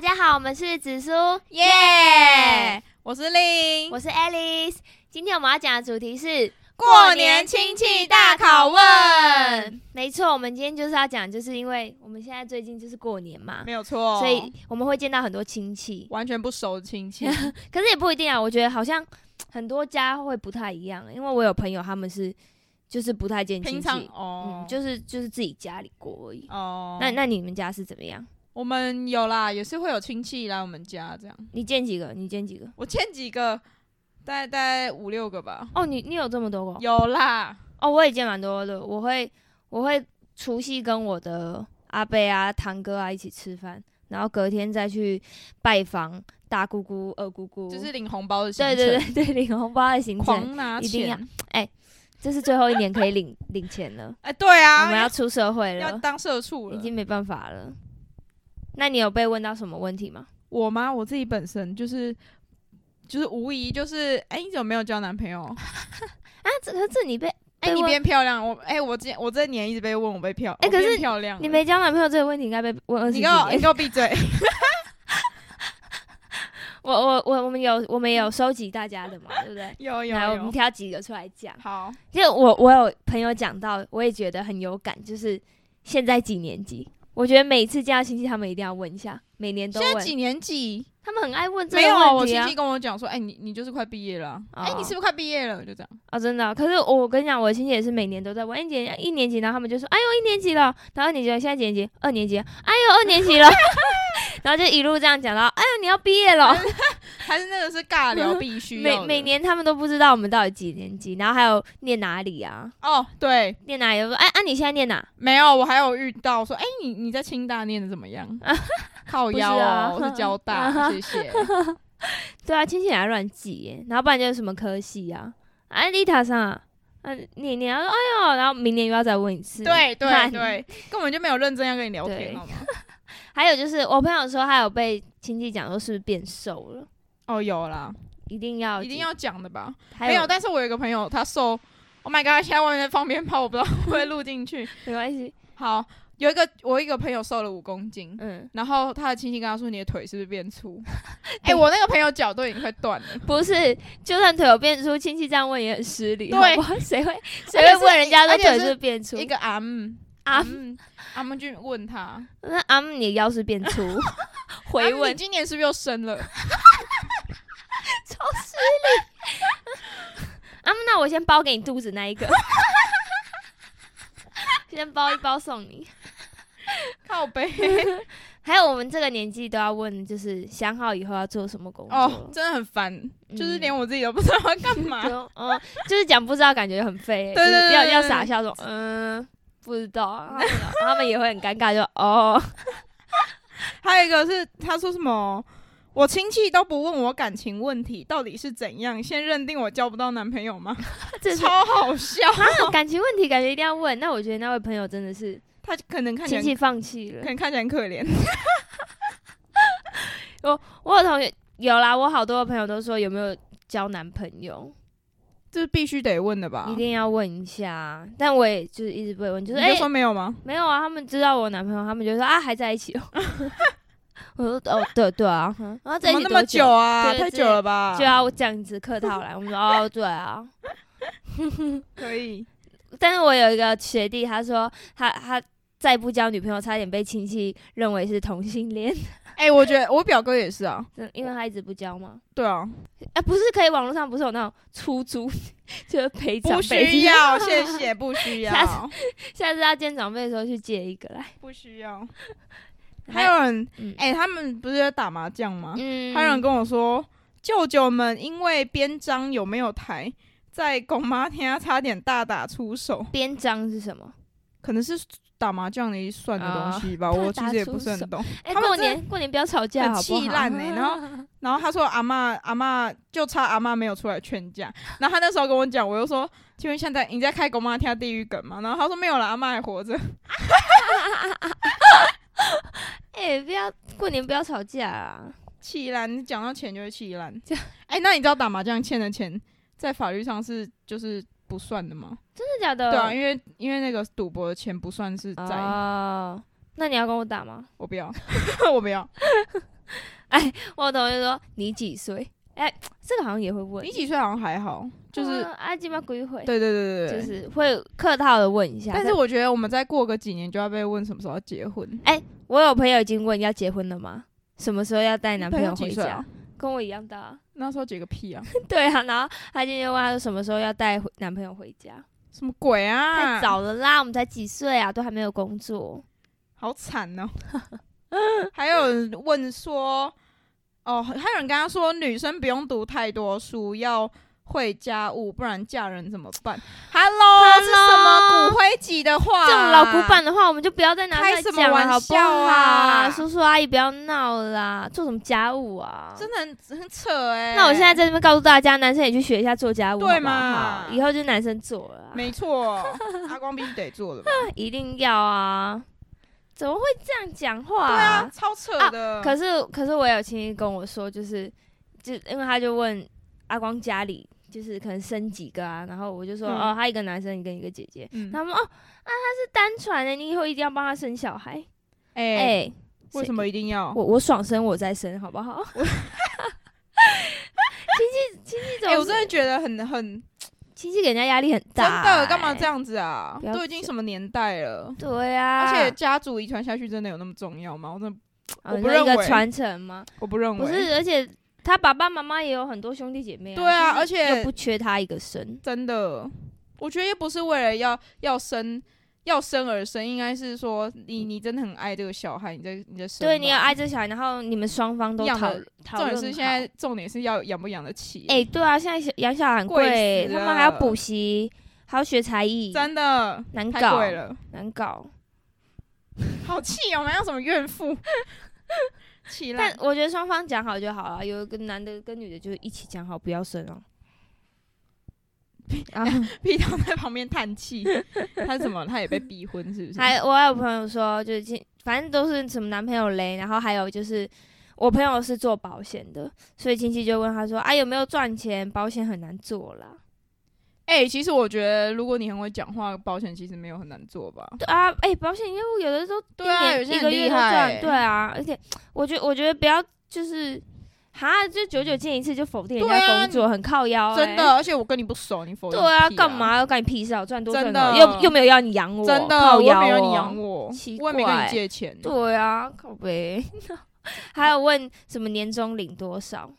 家好，我们是紫苏，耶、我是令，哎我是 Alice。今天我们要讲的主题是过年亲戚大拷问。没错，我们今天就是要讲，就是因为我们现在最近就是过年嘛，没有错，所以我们会见到很多亲戚，完全不熟的 亲戚，可是也不一定啊。我觉得好像很多家会不太一样，因为我有朋友他们是就是不太见亲平常戚，哦嗯，，就是就是自己家里过而已。哦，那那你们家是怎么样？我们有啦，也是会有亲戚来我们家这样。你见几个？你见几个？我欠几个，大概大概五六个吧，哦，你你有这么多个哦？有啦，哦，我也见蛮多的，我会我会除夕跟我的阿伯啊、堂哥啊一起吃饭，然后隔天再去拜访大姑姑、二姑姑，就是领红包的对行程，对对对，领红包的行程，狂拿一定要钱，这是最后一年可以领领钱了，哎，对我啊，们要出社会要了，当社畜已了。经没办法了。那你有被问到什么问题吗？我吗？我自己本身就是。就是无疑，就是哎、你怎么没有交男朋友？啊，这可是你被哎、被你问变漂亮，我哎、我今我这年一直被问我被漂，哎我可是变漂亮了，你没交男朋友这个问题应该被问二十你几给我你年。给我闭嘴！ 我我我我们有我们有收集大家的嘛，对不对？有 有来，我们有，挑几个出来讲。好，就我我有朋友讲到，我也觉得很有感，就是现在几年级？我觉得每次见到亲戚，他们一定要问一下，每年都现在问，几年级？他们很爱问这没有个我问题亲啊戚。跟我讲说，哎、你你就是快毕业了啊，哎、哦你是不是快毕业了？就这样，哦，真的啊、可是我跟你讲，我的亲戚也是每年都在问，一年一年级，然后他们就说，哎呦一年级了，然后二年级了现在几年级？二年级了，哎呦二年级 了，然后就一路这样讲到，哎呦你要毕业了。还是那个是 尬聊必须要每的每年他们都不知道我们到底几年级，然后还有念哪里啊，哦，对，念哪里？我说哎啊你现在念哪？没有，我还有遇到说，哎、你你在清大念的怎 么样？靠腰哦，不是啊我是交 大，谢谢。对啊，亲戚还乱记耶，然后不然就是什么科系啊，啊，丽塔上啊，啊你你要说哎呦，然后明年又要再问一次，对 对看，对，根本就没有认真要跟你聊对天，好吗？还有就是我朋友说他有被亲戚讲说是不是变瘦了，哦，有啦，一定要一定，要讲的吧？还没有，有但是我有一个朋友，他瘦，Oh my god，现在外面在放鞭炮，我不知道会不会录进去。 没关系，好，有一个我一个朋友瘦了五公斤，嗯，然后他的亲戚跟他说：“你的腿是不是 变粗？”哎、我那个朋友脚都已经快断了，不是，就算腿有变粗，亲戚这样问也很失礼，对好不好， 谁会谁会问人家说而且腿是是不是变 粗一？个阿姆阿姆阿姆就问他那阿姆你腰是变 粗，回：“啊你问今年是不是又生 了超失礼。阿姆，啊那我先包给你肚子那一个， 先包一包送你。？” 靠背还有我们这个年纪都要问，就是想好以后要做什么工作。哦，真的很烦，嗯就是连我自己都不知道要干嘛。 就嗯，就是讲不知道，感觉很废、欸，对对就是对要对要对傻笑说嗯不知道 啊，然后他们也会很尴尬，就哦还有一个是他说什么？我亲戚都不问我感情问题，到底是怎样？先认定我交不到男朋友吗？这是超好笑，啊感情问题，感觉一定要问。那我觉得那位朋友真的是他可能看起亲来戚放弃了可。能看起来很可怜。我有同学有啦，我好多的朋友都说有没有交男朋友，这是必须得问的吧？一定要问一下，但我也就是一直被问，就是啊你哎、就说没有吗？没有啊，他们知道我男朋友，他们就说啊还在一 起哦。我说哦对对啊，嗯然后在怎一起么那多么久啊？对太之久类了吧？就要我讲子客套 来，我们说哦对啊。可以。但是我有一个学弟，他说他他再不交女朋友，差点被亲戚认为是同性 恋，哎、我觉得我表哥也是啊。真的因为他一直不交嘛。对啊，哎、不是，可以网络上不是有那种出租，就是陪长 不辈。需要，谢谢，不 需下要，下次他见长辈的时候去借一个来。不需要。还还有有人，嗯哎、他们不是在打麻将吗？嗯还有人跟我说，舅舅们因为边章有没有台，在公妈天差点大打出手，边章是什么？可能是打麻将的一算的东西吧，哦我大其实也出不是手很懂。哎、他们过真的年过年不要吵架很好不好？气烂欸然 后然后他说阿妈阿妈就差阿妈没有出来劝架，然后他那时候跟我讲，我又说，请问现在你在开狗妈跳地狱梗吗？然后他说没有了，阿妈还活着。 哎、不要过年不要吵架啊！气烂，你讲到钱就会气烂。哎、那你知道打麻将欠的钱在法律上是就是不算的吗？真的假的？对啊，因为因为那个赌博的钱不啊 算是债， 哦，那你要跟我打吗？我不要，我不要。哎，我同学说你几岁？哎，这个好像也会问，你几岁好像还好，就是啊啊，鸡巴鬼会，对对对对就对。是会客套的问一下。但是我觉得我们再过个几年就要被问什么时候要结婚，我有朋友已经问要结婚了吗？什么时候要带男朋友你回几岁家？啊？跟我一样大、啊。 那时候结个屁啊！对啊，然后他今天问他说什么时候要带回男朋友回家？什么鬼太啊？早了啦，我们才几岁啊，都还没有工作。好惨哦！ 还有人问说，哦，还有人跟他说，女生不用读太多书，要会家务，不然嫁人怎么办？Hello，, Hello 是什么骨灰级的话？这种老古板的话，我们就不要再拿出来啊开什么讲了，玩好不笑好啊叔叔阿姨不要闹了啦，做什么家务啊？真的很很扯哎、那我现在在这边告诉大家，男生也去学一下做家务，对好不好嘛以后就是男生做了啊、没错，阿光必须得做的吧？一定要啊！怎么会这样讲话、对啊，超扯的。可是可是我有亲戚跟我说，就是就因为他就问阿光家里就是可能生几个啊，然后我就说、嗯哦，他一个男生一个一个姐姐，嗯，他们哦啊他是单传的，你以后一定要帮他生小孩，哎、哎、为什么一定要？我我爽生我再生好不 好？亲戚亲戚哎、总我是真的觉得很很亲戚给人家压力很真大、的，干嘛哎这？样子啊？不要都已经什么年代了，对啊，而且家族遗传下去真的有那么重要吗？我真的啊我你不说一认个为传承吗？我不认为。不是，而且他爸爸妈妈也有很多兄弟姐妹、啊，对啊就是而且又不缺他一个生。真的，我觉得也不是为了要要生要生而生，应该是说你你真的很爱这个小孩，你在你的生吧，对，你要爱这小孩，然后你们双方都养讨得讨重论好。点是现在重点是要养不养得起，哎、对啊，现在小养小孩很贵贵，死他们还要了补习，还要学才艺，真的难太搞贵，了，难搞。好气哦！我们要什么怨妇？ 气但烂，我觉得双方讲好就好了，有一个男的跟女的就一起讲好，不要生 哦。啊，屁头在旁边叹气， 他怎么？他也被逼婚是不 是？还我还有朋友说，就是亲反正都是什么男朋友雷，然后还有就是我朋友是做保险的，所以亲戚就问他说啊有没有赚钱，保险很难做啦。哎、其实我觉得如果你很会讲话，保险其实没有很难做吧？对啊，哎、保险业务有的时候对啊一年有些一很个月厉都害赚，欸对啊，而且我觉得我觉得不要就是哈，就久久见一次就否定人对家啊工作，很靠腰、真的，。啊而且我跟你不熟，你否认哎对个啊，屁干？嘛要干你屁事啊？我赚多赚真的少，又又没有要你养我，真的，靠我也腰、哦、没有你养我奇，我也没跟怪你借钱。对啊，靠呗。 还有问什么年终领多少？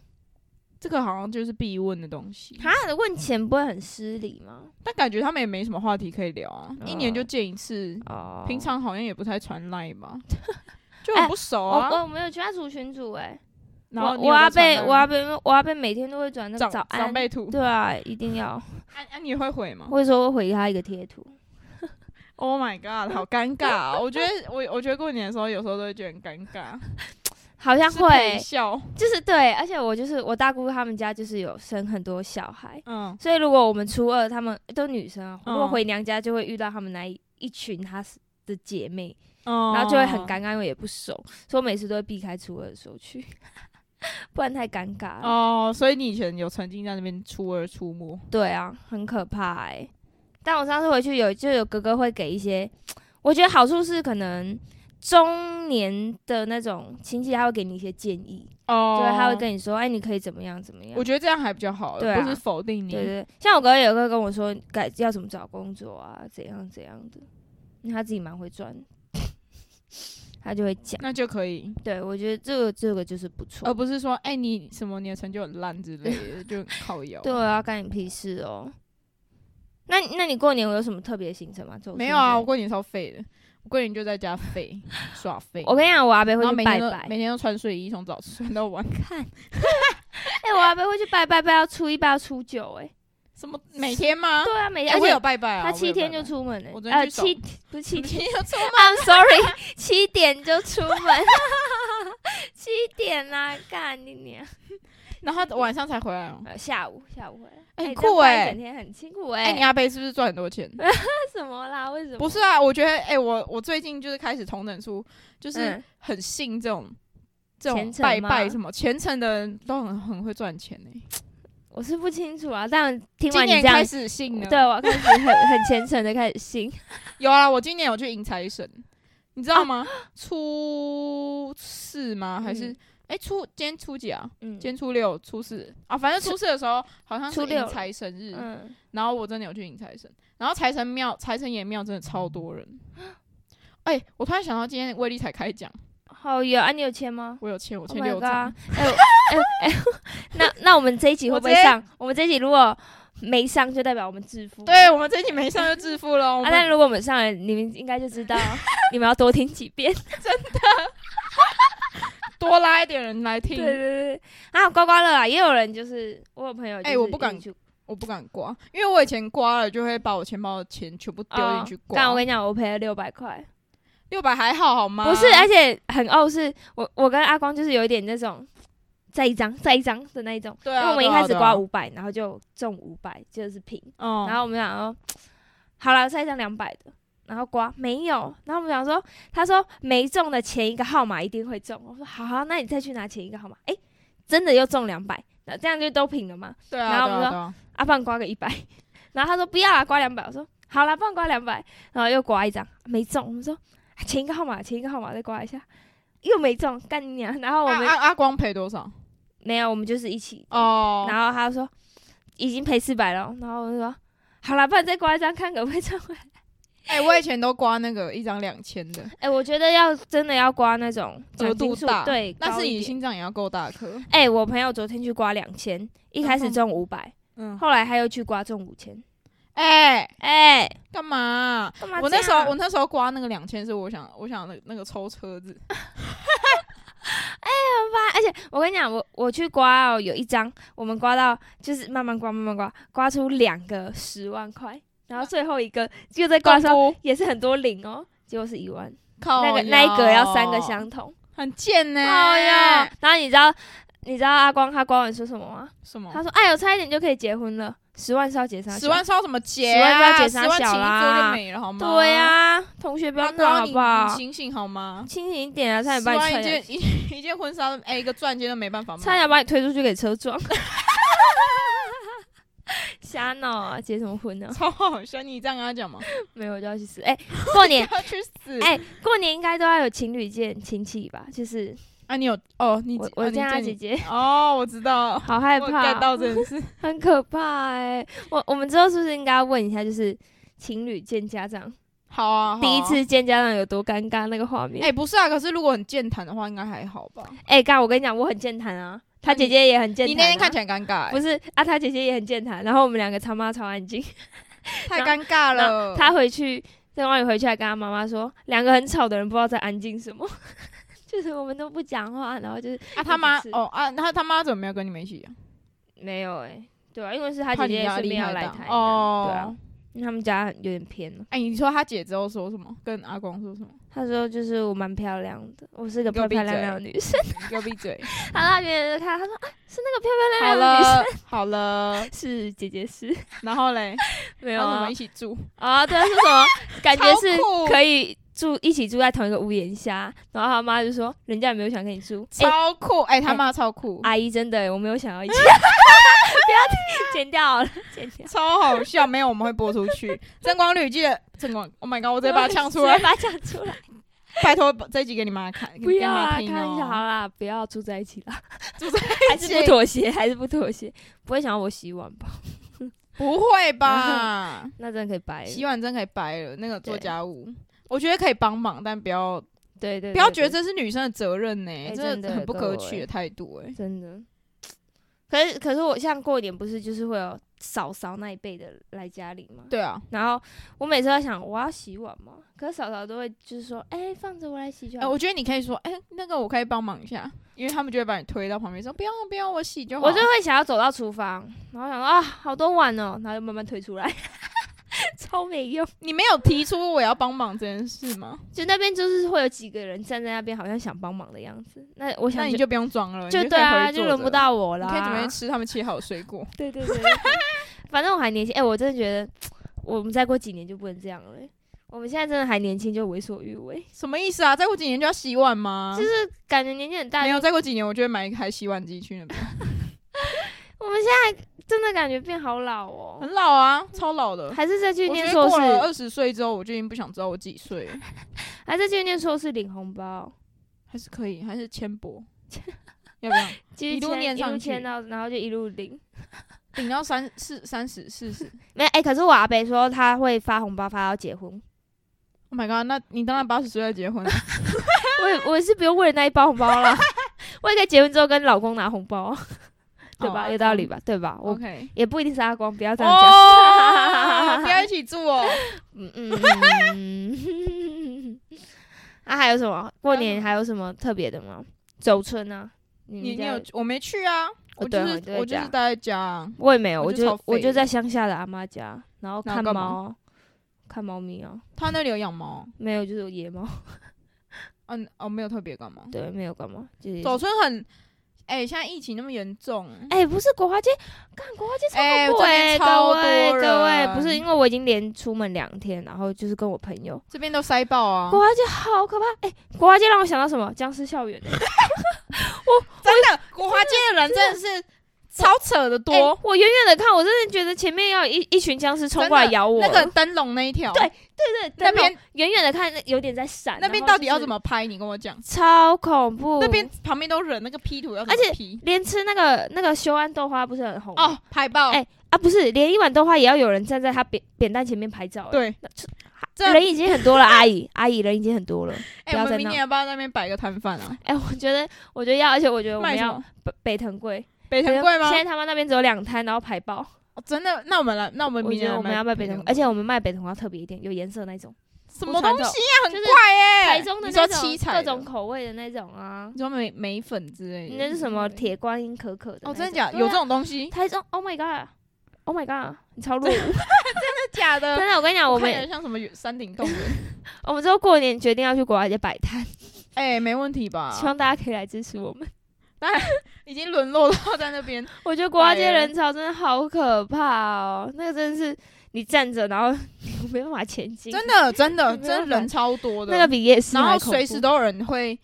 这个好像就是必问的东西。哈，问钱不会很失礼吗？但感觉他们也没什么话题可以聊啊，嗯一年就见一次，哦，平常好像也不太传赖 吧，就很不熟我哦啊。哎我我没有去他族群组哎、然后我你有我要在被传我赖要吗被我要被每天都会转那个长早安长辈图，对啊，一定要。安安你会回吗我会说会回他一个贴图， ？Oh my god，好尴尬 啊！我觉得我我觉得过年的时候有时候都会觉得很尴尬，好像是陪会，笑，就是对，而且我就是我大姑他们家就是有生很多小孩，嗯，所以如果我们初二他们都女生啊，如果嗯回娘家就会遇到他们那一一群她的姐妹，然然后就会很尴尬，因为也不熟，所以我每次都会避开初二的时候去， 不然太尴尬了。哦。所以你以前有曾经在那边初二出没，对啊，很可怕哎、但我上次回去有就有哥哥会给一些，我觉得好处是可能中年的那种亲戚他会给你一些建议，哦对，他会跟你说，哎，你可以怎么样怎么样。我觉得这样还比较好，对啊不是否定对对你。对，像我哥有个跟我说，该要怎么找工作啊，怎样怎样的，因为他自己蛮会赚，他就会讲。那就可以，对我觉得这个这个就是不错。而不是说，哎、你什么你的成就很烂之类 的，就很靠腰。对啊，干你屁事哦。那那你过年有什么特别的行程吗？走没有亲啊，我之过年超废的，我过年就在家 废耍废类的，我跟你讲，我阿伯然会后去每拜天都拜。每天都穿睡衣，从早穿到晚， 哎、我阿伯会去拜拜，拜到初一，拜到初九、哎、什么每天吗？对啊，每天，哎而我有且拜拜啊，他我七有天拜就拜，出门、哎，我昨天呃，去扫七不是七七天天就出， ，I'm sorry，七 点就出门， 七点啦、干你娘！ 然后晚上才回来哦。呃，下午下午回来，哎哎很这酷样不然哎整天很辛苦哎、哎、你阿贝是不是赚很多钱？为什么啦？为什么？不是啊，我觉得，哎、我我最近就是开始同等出，就是嗯很信这种。这虔种诚拜吗拜什么虔诚的人都很很会赚钱呢、我是不清楚啊，但听今完你年这样开，始信了，对啊我开始很很虔诚的开始信， 有啊，我今年有去迎财神，你知道吗？初四吗？还是啊嗯哎、哎、初今天初几啊？嗯今天初六、初四啊，反正初四的时候好像是初六迎财神日，嗯，然后我真的有去迎财神，然后财神庙、财神爷庙真的超多人。哎、我突然想到今天威力才开讲，好有啊，你有签吗？我有欠我 Oh 欠 my 六张 god！哎 我哎哎，那那我们这一集会不会我直接上？我们这一集如果没上，就代表我们致富。对我们这一集没上就致富了，我 啊，们但如果我们上了，你们应该就 知道，你们要多听几遍。多拉一点人来对 听。对对，啊，刮刮乐啊，也有人就是我有朋友，哎我不敢去我不敢刮，因为我以前刮了就会把我钱包的钱全部丢进去但哦啊我刮。跟你讲，我赔了六百块，六百还好好吗？不是，哎而且很傲，是我我跟阿光就是有一点那种再一张再一张的那一种，对因为啊，我们一对啊开始对啊刮五百，然后就中五百，就是平。嗯，然后我们想说，好了，再一张两百的，然后刮没有，然后我们想说，他说没中的前一个号码一定会中，我说好好，那你再去拿前一个号码，诶，真的又中两百，那这样就都平了嘛，对然啊，后对我啊，们对啊阿棒刮个一百， 然后他说不要啦，刮两百，我说好啦，棒刮两百，然后又刮一张没中，我们说啊前一个号码，前一个号码再刮一下。又没中，干你娘！然后我们、阿阿阿啊光赔多少？没有，我们就是一起哦，然后他就说已经赔四百了，然后我就说好啦，不然再刮一张看可不可以赚回来。哎、我以前都刮那个一张两千的， 哎、我觉得要真的要刮那种奖额度金数大对，但高是一你点心脏也要够大颗。哎、我朋友昨天去刮两千，一开始中五百，嗯，后来他又去刮中五千。哎、哎、干嘛啊、干嘛这样？我那时候我那时候刮那个两千是我想我想那那个抽车子，而且我跟你讲，我我去刮哦，有一张我们刮到就是慢慢刮慢慢刮，刮出两个十万块，然后最后一个就在刮的时候高也是很多零哦，结果是一万，靠那个腰那一格要三个，相同。很贱呢、哎呀，然后你知道你知道阿光他光完说什么吗？什么他？说：“哎呦，差一点就可以结婚了，十万是要结啥？哦十万烧什么结、十万啊？烧结十杀万小请一桌啦就没了好吗？对、呀、同学不阿要闹光好你不好你？清醒好吗？清醒一点啊，差点十把万你一踹件下，一一件婚纱都哎、一个钻戒都没办法差买。点把你推出去给车撞。 瞎闹啊，结什么婚呢、 超好笑，你这样跟他 讲吗？没有我就要去死。哎、过 年要去死！哎、过年应该都要有情侣见亲戚吧？就是啊，你有哦，你我姐我啊你见他见姐你姐， 哦，我知道，好 害我怕哦 get，到这件事。 很可怕哎、我我们之后是不是应该要问一下，就是情侣见家长，好啊，好啊第一。次见家长有多尴尬那个画面？哎、不是啊，可是如果很健谈的话，应该还好吧？哎、干！我跟你讲，我很健谈啊，他那姐你姐也很健谈、啊。嗯你那天看起来尴尬、欸，不是啊？他姐姐也很健谈，然后我们两个他妈超安静。欸太尴尬然了后。他回去，郑光宇回去还跟他妈妈说，两个很吵的人不知道在安静什么， 就是我们都不讲话，然后就是啊，他妈一直吃哦啊，他他妈怎么没有跟你们一起、啊？没有哎、对啊，因为是他怕姐你姐压顺力便要太来大台南，哦。对啊，因为他们家有点偏了。哎、你说他姐之后说什么？跟阿光说什么？他说就是我蛮漂亮的，我是个你给漂我漂闭亮嘴亮的女生。 你给我闭嘴！好啦，别人就看他说啊，是那个漂漂好亮亮的女生， 了好了，是姐姐是，然后嘞， 没然有后你啊们一，起住，啊，对啊，是什么？感觉是超酷可以住一起住在同一个屋檐下。然后他妈就说，人家也没有想跟你住。哎、超酷！哎、他哎妈超酷，阿姨真的、我没有想 要一起。不要剪掉好了，剪掉。超好笑。没有，我们会播出 去。正光绿记得正光，Oh my god！我直接把它呛出来直接。把它呛出来。拜托把这一集给你妈看，不要啊，给开你玩妈笑好听哦。啦，不要住在一起 啦，住在还是不妥协，还是不妥协，不会想要我洗碗吧？不会 吧？那真的可以掰了。洗碗真可以掰了，那个做家务，我觉得可以帮忙，但不要对哎对对不要觉得对这是女生的责任呢、哎真真的的很不可各取位的态度哎、真的。可是可是我像过年不是就是会有嫂嫂那一辈的来家里吗？对啊，然后我每次都在想，我要洗碗吗？可是嫂嫂都会就是说，哎、放着我来洗就哎、好。我觉得你可以说，哎、那个我可以帮忙一下，因为他们就会把你推到旁边说，不用不用，我洗就好。我就会想要走到厨房，然后想说啊，好多碗哦，然后就慢慢推出来， 超没用。你没有提出我要帮忙这件事吗？就那边就是会有几个人站在那边，好像想帮忙的样子。那我那想你就不用装了，你就可以对啊，回去就坐轮不着。到我你啦。可以准备吃他们切好的水果。对对对，对 反正我还年轻。哎、我真的觉得我们再过几年就不能这样了欸、我们现在真的还年轻，就为所欲为，什么意思啊？再过几年就要洗碗吗？就是啊感觉年纪很大啊没就有，再过几年我就会买一台洗碗机去那 边。我们现在真的感觉变好老哦，很老啊，超老的。还是再去我觉念得硕过了士，二十岁之后，我就已经不想知道我几岁 了，还是去念硕士领红包？ 还是可以，还是浅薄。要不要继续一路签念一路上去签到，然后就一路领。顶到三四三十四十没哎、可是我阿伯说他会发红包发到结婚， ？Oh my god！那你当然八十岁再结婚啊，我也我也是不用为了那一包红包 啦，我也可以结婚之后跟老公拿红包啊，对吧？哦有道理吧？对吧？ 我 OK。也不一定是阿光，不要这样讲。哦，不要一起住哦。 嗯嗯嗯。 那、还有什么？过年还有什么特别的吗？走春啊？你你们你家有我没去啊，我就对是我就在我就是家待在家啊。我也没有，我我就超就我废就的在乡下的阿妈家，然后然后看干嘛猫啊，看猫咪啊，他那里有养猫，没有就是有野猫，嗯哦，没有特别干嘛。对，没有干嘛，就是走村很，哎，现在疫情那么严重，哎、不是国华街，干国华街超哎恐怖这边哎、超各位多各位，人不是因为我已经连出门两天，然后就是跟我朋友，这边都塞爆啊国，华街好可怕，哎、国华街让我想到什么？僵尸校园、欸，真的，国华街的人真的是超扯的哎多。我远远的看，我真的觉得前面要有一一群僵尸冲过来真的咬我了，那个灯笼那一条，对对对，那灯笼边远远的看有点在闪，那然边后到就底要是怎么拍？你跟我讲，超恐怖，那边旁边都人，那个 P 图要怎而且么 P？连吃那个那个修安豆花不是很红吗哦，拍爆，哎啊，不是连一碗豆花也要有人站在他扁扁担前面拍照、哎对，这人已经很多了，阿姨，阿姨人已经很多了。哎，不要我再们明闹年要不要在那边摆个摊贩啊？哎、我觉得，我觉得要，而且我觉得我卖们什要么？北北藤贵，北藤贵吗现？在他们那边只有两摊，然后排爆。哦真的？那我们来，那我们我明觉年得我们要卖北藤啊藤贵，而且我们卖北藤贵要特别一点，有颜色那种，什么东西啊，很就是怪哎！台中的你那说种七彩各的种，口味的那种啊你。说眉眉粉之类的，那是什么铁观音可可的那种？哦，真的假的？对有啊这种东西？台中？Oh my god！Oh my god！你超 弱，真假的 的，我跟你讲，我看起来们像什么山 顶洞人？我们之后过年决定要去国外街摆摊，哎、没问题吧？希望大家可以来支持我们。已经沦落到在那 边，我觉得国华街百人人潮真的好可怕哦，那个真的是你站着，然后 你没办法前进，真的真的没办法真的人超多的，那个比夜市然还后恐怖随时都有人会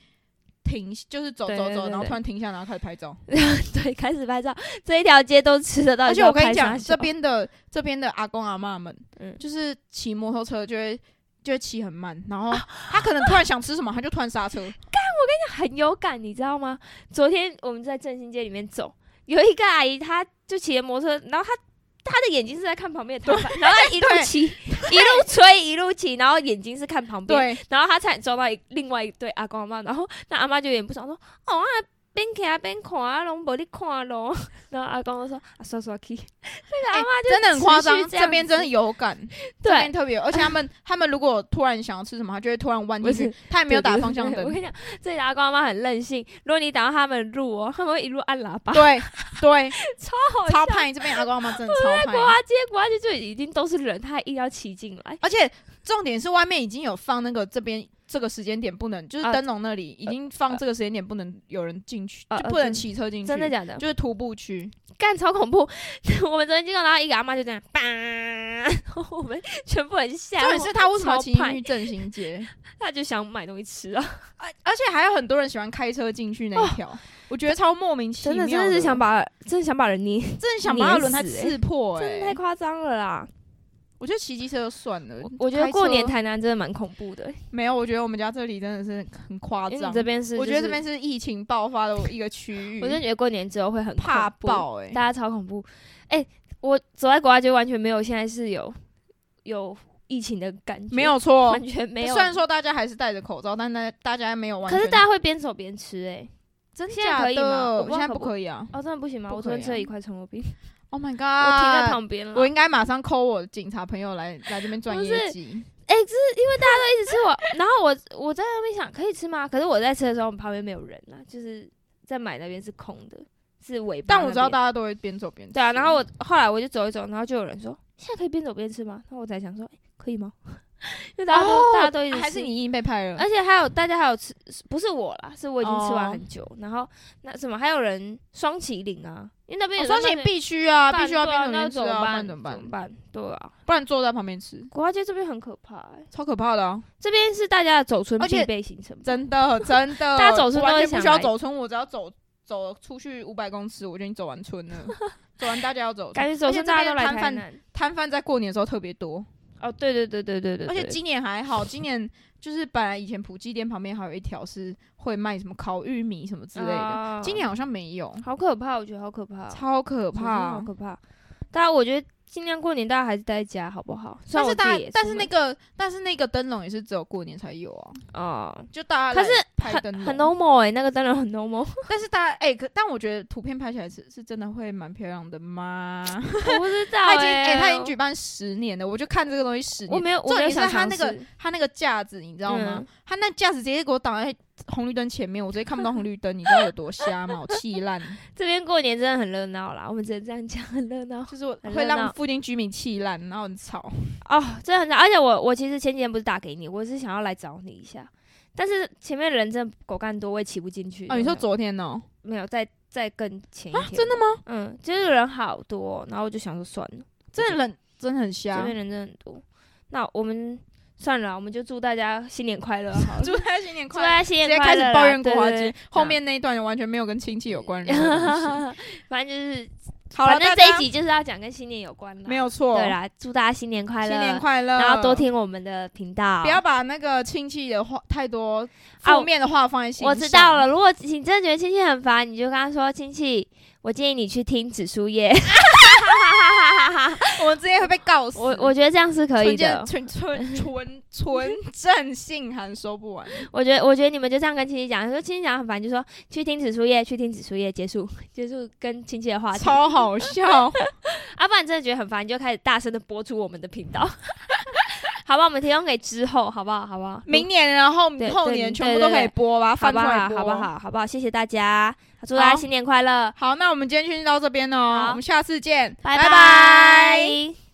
停，就是走对走对走，对然后对突然停下，然后开始拍照。 对开始拍照，这一条街都吃得到。而且你我知道跟你拍啥讲，小这边的这边的阿公阿妈们，嗯就是骑摩托车就会。就会骑很慢，然后他可能突然想吃什么，他就突然 刹车。很有感，你知道吗？昨天我们在振兴街里面走，有一个阿姨，她就骑着摩托车，然后她。她的眼睛是在看旁边的摊贩，然后她一路对骑，一路吹，一路骑，然后眼睛是看旁边，对，然后她才撞到一另外一对阿公阿妈，然后那阿妈就有点不爽说：“哦，啊，边看边看啊，拢无你看咯。” 然后阿公就说：“啊，刷刷去。” 那个阿妈就、哎真的很夸张，持续这样这边真的有感，这边对，特别有，而且 他们他们如果突然想要吃什么，他就会突然弯进不去，他也没有打对对方向对灯我，跟你讲，这里的阿公阿妈很任性，如果你挡到他们路哦，他们会一路按喇叭，哦对 对，超好笑超。派这边阿公阿妈真的超国派，华街，国华街就已经都是人，他还硬要骑进来。而且重点是外面已经有放那个这边这个时间点不能，就是啊灯笼那里已经放这个时间点不能有人进去，啊就啊不能真骑车进去，真的假的？就是徒步区，干超恐怖！ 我们昨天经过，然后一个阿妈就这样，叭，我们全部人吓重到。点是他为什么要骑哎超派进去振兴 街，他就想买东西吃 啊，而而且还有很多人喜欢开车进去那一条，我觉得超莫名其哦真妙的真的是想把真的想把人捏，真的想把他轮胎碾死欸刺破，真的哎太，夸张了啦！我觉得骑机车就算了我，我觉得过呃开车年台南真的蛮恐怖的、没有，我觉得我们家这里真的是很夸因为张你。这边是、我觉得就这是边，是疫情爆发的一个区 域，我真的觉得过年之后会很怕恐怖，爆哎、大家超恐怖。哎、我走在国外就完全没有现在是有有疫情的感觉，没有错完。全没有。虽然说大家还是戴着口罩，但大大家没有完可全。是大家会边走边吃哎、真的现在假可以吗的我我不知道现在可不不可以啊哦，真的不行吗？不我可昨天以吃啊了一块葱油饼， ！Oh my god！我停在我旁边了。啊应该马上 call 我警察朋友来来这边赚不是业绩。哎、这是因为大家都一直吃我，然后我我在那边想可以吃吗？可是我在吃的时候旁边没有人啊，就是在买那边是空的，是尾巴那边。但我知道大家都会边走边吃。对啊，然后我后来我就走一走，然后就有人说现在可以边走边吃吗？然后我才想说、哎可以吗？ 因为大家都、哦大家都一直吃，还是你已经被拍了而。且还有大家还有吃，不是我啦，是我已经吃完哦很久。然后那什么还有人双麒麟啊，因为那边我有相在信卖哦必须啊，饭必须要对边啊走那边吃怎啊，不然办？怎么怎办么？办？对啊，不然坐在旁边吃，国华街这边很可怕、欸，超可怕的啊！这边是大家的走村而且必备行程吧，真的真的，大家走村我完都会全不需想要来走村，我只要走走出去五百公尺，我就已经走完 村了。走完大家要走村，感觉走村而且这大家边都来摊台贩南。摊贩在过年的时候特别多，哦，对对对对对对，而且对今年还好，今年 就是本来以前普济店旁边还有一条是会卖什么烤玉米什么之类的，啊今年好像没有，好可怕，我觉得好可怕哦，超可我觉得好怕。可怕。大家我觉得尽量过年大家还是待在家好不好？虽但然我是自大己也，但是那个个，但是那个灯笼也是只有过年才有啊，哦，就大家可来是拍灯很笼很 normal 哎、那个灯笼很 normal，但是大家哎、可但我觉得图片拍起来是是真的会蛮漂亮的吗？ 我不知道他已经哎、哎、他已经举办十年了，我就看这个东西十我年。没有，我重没有点是想他尝那试。个他那个架子，你知道吗嗯？他那架子直接给我挡在红绿灯前面，我直接看不到红绿灯，你知道有多瞎吗？我气烂，这边过年真的很热闹啦，我们只能这样讲，很热闹就是我很热闹会让附近居民气烂，然后很吵。哦，真的很热闹。而且我我其实前几天不是打给你，我是想要来找你一下，但是前面人真的狗干多，我也骑不进去。哦，你说昨天哦？啊没有？再再更前一天、真的吗？嗯，就是人好多，然后我就想说算了，真的人真的很瞎这。边人真的很多，那我们算了啊，我们就祝大家新年快乐好了， 祝他新年祝快大乐！家新直年接快开乐啦始抱怨国华对街对对，后面那一段完全没有跟亲戚有关联的 东 西。反正就是，好了，反正大这家一集就是要讲跟新年有关的，没有错。对啦，祝大家新年快乐，新年快乐！然后多听我们的频道，不要把那个亲戚的话太多啊负面的话放在心上。我知道了，，如果你真的觉得亲戚很烦，你就跟他说：“亲戚，我建议你去听紫苏 叶。 我们之前会被告”死。我我觉得这样是可以纯的正。纯 纯纯纯正信函收不完，我觉得我觉得你们就这样跟亲戚讲，说亲戚讲很烦，就说去听紫苏叶，去听紫苏叶，结束 结束跟亲戚的话题。超好 笑。啊，不然真的觉得很烦，你就开始大声的播出我们的频道， 好吧？我们提供给之后，好不好？好不好？明年然后对后对年对全部对都可对以播吧，好翻不出来好？播好不？好？好不好？谢谢大家，祝大家好新年快乐，好，那我们今天就先到这边哦，好我们下次见，拜拜。